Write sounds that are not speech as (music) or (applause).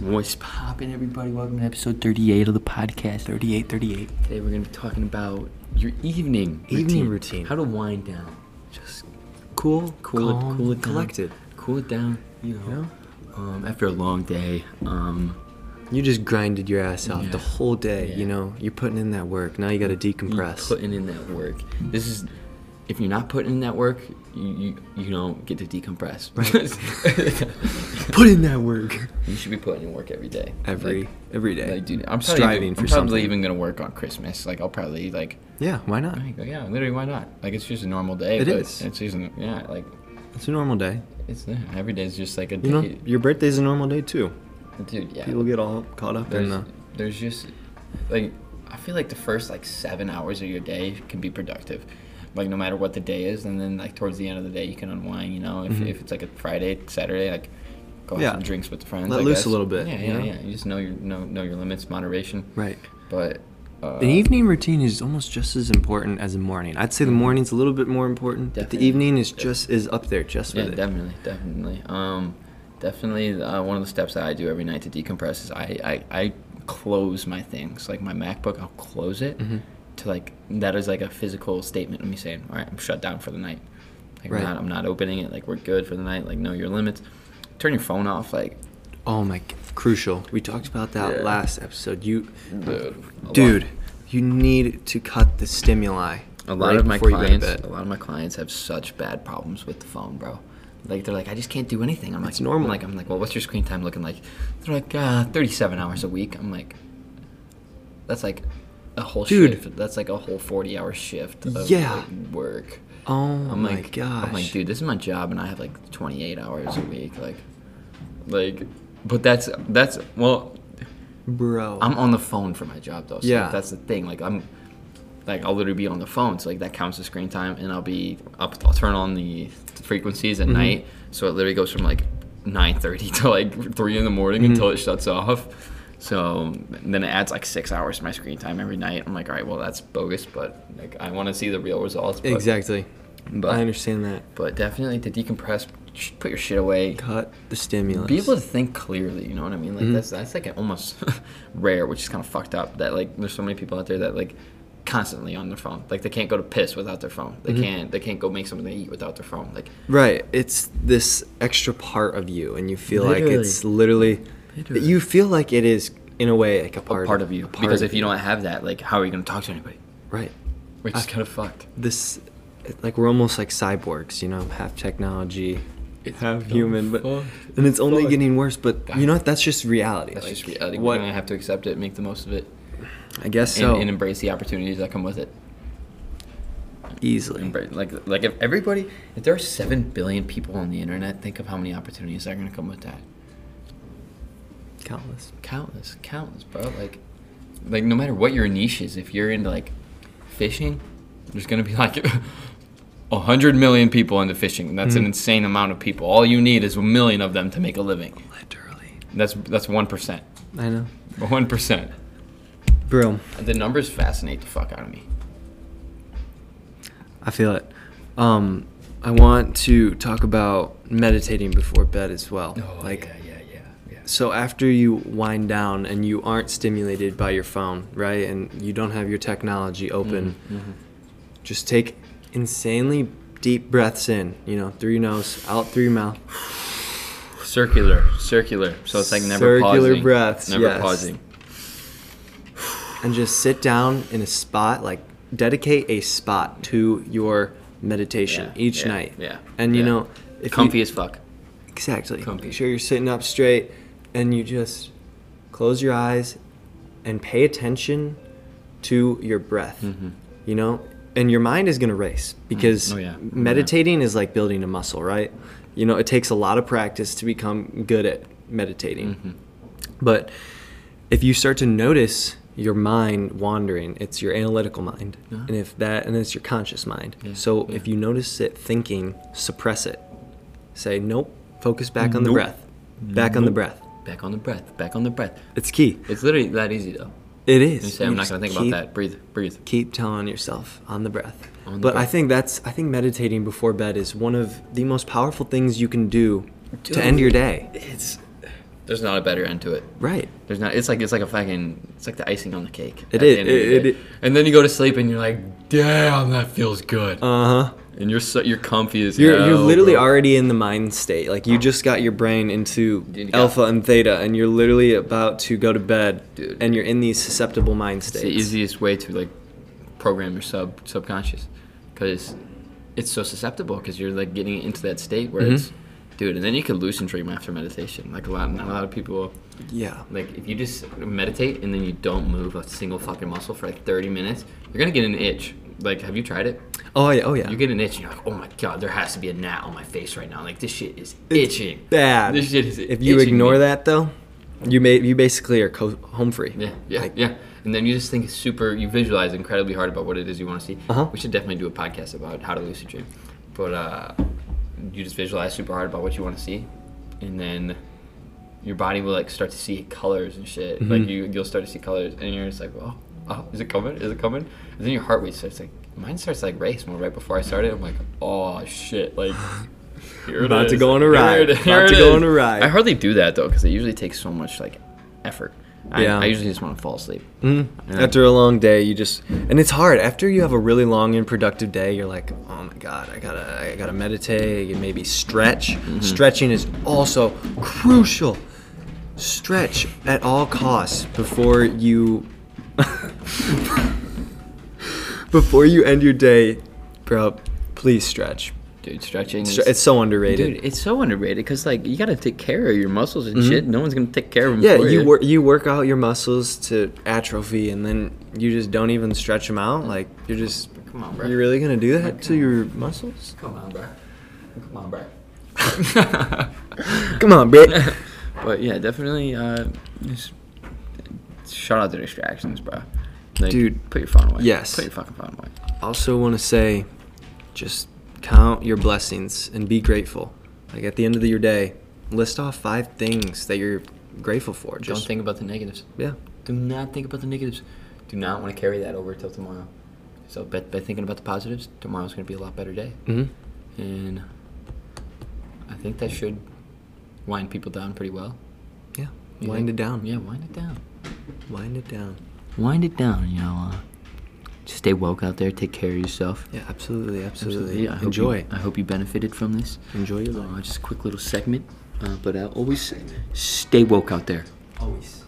What's poppin', everybody? Welcome to episode 38 of the podcast. 38, 38. Today we're gonna be talking about your evening Evening routine. How to wind down. Just Cool, cool calm, it, cool it down. collected. Cool it down. You know, You know? Um, after a long day. Um, You just grinded your ass off the Yeah. whole day, Yeah. you know? You're putting in that work. Now you gotta you decompress. putting in that work. This is if you're not putting in that work, you you, you don't get to decompress. (laughs) Right. Put in that work. you should be putting in work every day. Every Like, every day. Like, dude, I'm probably striving even, for I'm something. probably even gonna work on Christmas. Like, I'll probably like, Yeah, why not? I go, yeah, literally, why not? Like, it's just a normal day. It but is. It's just, yeah, like, It's a normal day. it's yeah, every day is just like a day. You know, your birthday's a normal day too. dude, yeah. People get all caught up there's, in the there's just like, I feel like the first like seven hours of your day can be productive. Like no matter what the day is, and then like towards the end of the day, you can unwind. You know, if, if it's like a Friday, Saturday, like go have Mm-hmm. Yeah. some drinks with friends. Let I loose a guess. little bit, Yeah, you yeah, know? yeah. You just know your know know your limits, moderation. Right. But uh, An evening routine is almost just as important as a morning. I'd say the morning's a little bit more important, but the Mm. Definitely. evening is just is up there just Yeah, with it. definitely, definitely. Um, definitely, uh, one of the steps that I do every night to decompress is I, I, I close my things, like my MacBook. I'll close it Mm-hmm. to like that is like a physical statement of me saying, all right, I'm shut down for the night. Like Right. I'm, not, I'm not opening it. Like we're good for the night. Like know your limits. Turn your phone off. Like Oh my, g- crucial. We talked about that Yeah. Mm. last episode. You, dude, dude, you need to cut the stimuli. A lot right of my before you go to clients, bed. a lot of my clients have such bad problems with the phone, bro. Like they're like, I just can't do anything. I'm like, It's normal. I'm like, I'm like, well, what's your screen time looking like? They're like, uh, 37 hours a week. I'm like, that's like a whole Dude. shift. That's like a whole 40 hour shift. Of Yeah. like, work. Oh I'm my like, gosh. I'm like, dude, this is my job, and I have like 28 hours a week. Like, like, but that's that's well, bro. I'm on the phone for my job though. So Yeah. that's the thing. Like I'm like I'll literally be on the phone, so like that counts as screen time and I'll be up I'll turn on the frequencies at night. So it literally goes from like nine thirty (laughs) to like three in the morning until it shuts off. So and then it adds like six hours to my screen time every night. I'm like, all right, well that's bogus, but like I want to see the real results. But, exactly. But, I understand that. But definitely to decompress, sh- put your shit away Cut the stimulus. be able to think clearly you know what i mean like Mm-hmm. that's that's like almost (laughs) rare which is kind of fucked up that like there's so many people out there that like constantly on their phone like they can't go to piss without their phone Mm-hmm. they can't they can't go make something to eat without their phone like Right. It's this extra part of you, and you feel like Literally. it's literally, Literally. You feel like it is in a way like a part, part, part of you a part because of if you don't have that like how are you going to talk to anybody Right. which is kind of fucked This, it- like we're almost like cyborgs, you know, half technology, It's half so human, but fucked. and it's only Fuck. getting worse. But you know what? That's just reality. that's like, just reality What we're going to have to accept it make the most of it I guess and, so. and embrace the opportunities that come with it easily. Embrace- like like if everybody if there are 7 billion people on the internet think of how many opportunities are going to come with that Countless. countless, countless, bro. Like, like no matter what your niche is, if you're into like fishing, there's gonna be (laughs) like a hundred million people into fishing. That's Hmm. an insane amount of people. All you need is a million of them to make a living. Literally. That's that's one percent. (laughs) I know. One percent. Bro, The numbers fascinate the fuck out of me. I feel it. Um, I want to talk about meditating before bed as well. Oh, like, yeah, yeah, yeah, so after you wind down and you aren't stimulated by your phone, right? And you don't have your technology open, Mm-hmm, just take insanely deep breaths in, you know, through your nose, out through your mouth. Circular, circular. So it's like never pausing. Circular breaths, Never yes. pausing. and just sit down in a spot like dedicate a spot to your meditation Yeah, each yeah, night yeah, and you yeah. know if Comfy you, as fuck. exactly comfy. make sure you're sitting up straight and you just close your eyes and pay attention to your breath Mm-hmm. you know and your mind is going to race because Oh, yeah. Oh, yeah. meditating is like building a muscle right you know it takes a lot of practice to become good at meditating Mm-hmm. but if you start to notice your mind wandering, it's your analytical mind, Uh-huh. and if that, and it's your conscious mind. Yeah, So yeah. if you notice it thinking, suppress it. Say nope. Focus back on the Nope. breath. Back on the breath. Back on the breath. Back on the breath. It's key. It's literally that easy though. It is. You say I'm not just gonna think keep- about that. Breathe, breathe. Keep telling yourself on the breath. On the but I breath. think that's. I think meditating before bed is one of the most powerful things you can do Dude, to end your day. It's There's not a better end to it. Right. There's not. It's like it's like a fucking. It's like the icing on the cake. It at the is, end of the it- day. it- and then you go to sleep and you're like, damn, that feels good. Uh huh. and you're so, you're comfy as You're, hell. you're literally bro. already in the mind state. Like you just got your brain into Dude, you got- alpha and theta, and you're literally about to go to bed, Dude. and you're in these susceptible mind It's states. the easiest way to like program your sub subconscious because it's so susceptible because you're like getting into that state Mm-hmm. where it's dude, and then you can lucid dream after meditation. Like a lot, not a lot of people. Yeah. Like if you just meditate and then you don't move a single fucking muscle for like 30 minutes, you're gonna get an itch. Like, have you tried it? Oh yeah. Oh yeah. You get an itch and you're like, oh my god, there has to be a gnat on my face right now. Like this shit is It's itching. Bad. This shit is if you itching ignore me. that though, you may you basically are co- home free. Yeah, yeah, Like- yeah. And then you just think it's super. You visualize incredibly hard about what it is you want to see. Uh-huh. We should definitely do a podcast about how to lucid dream. But uh, you just visualize super hard about what you want to see, and then your body will like start to see colors and shit. Mm-hmm. Like you, you'll start to see colors, and you're just like, oh, oh, is it coming? Is it coming? And then your heart rate starts like mine starts like race more right before I started. I'm like, oh shit, (sighs) like. Here it About to is. go on a Here it- ride. About here to it go is. on a ride. I hardly do that though, because it usually takes so much like effort. I, Yeah. I usually just want to fall asleep. Mm. Yeah. After a long day, you just and it's hard. After you have a really long and productive day, you're like, oh my god, I gotta, I gotta meditate and maybe stretch. Stretching is also crucial. Stretch at all costs before you, (laughs) before you end your day, bro. Please stretch. Dude, stretching. Stre- is, It's so underrated. dude, it's so underrated because like you gotta take care of your muscles and shit. No one's gonna take care of them. Mm-hmm. for Yeah, you work you work out your muscles to atrophy, and then you just don't even stretch them out. Like you're just Come on, bro. You're really gonna do that to your (laughs) muscles? Come on, bro. Come on, (laughs) bro. Come on, bro. (laughs) but yeah, definitely. Uh, just shout out the distractions, bro. Like, Dude, put your phone away. yes. Put your fucking phone away. also, want to say, just count your blessings and be grateful. Like at the end of your day, list off five things that you're grateful for. Just Don't think about the negatives. yeah. Do not think about the negatives. Do not want to carry that over till tomorrow. So by, by thinking about the positives, tomorrow's gonna be a lot better day. hmm And I think that should wind people down pretty well. Yeah. You Wind think? it down. Yeah, wind it down. Wind it down. Wind it down, you know. Uh, just stay woke out there. Take care of yourself. Yeah, absolutely, absolutely. Absolutely. I hope Enjoy. You, I hope you benefited from this. Enjoy your Uh, life. just a quick little segment. Uh, but uh, always stay woke out there. Always.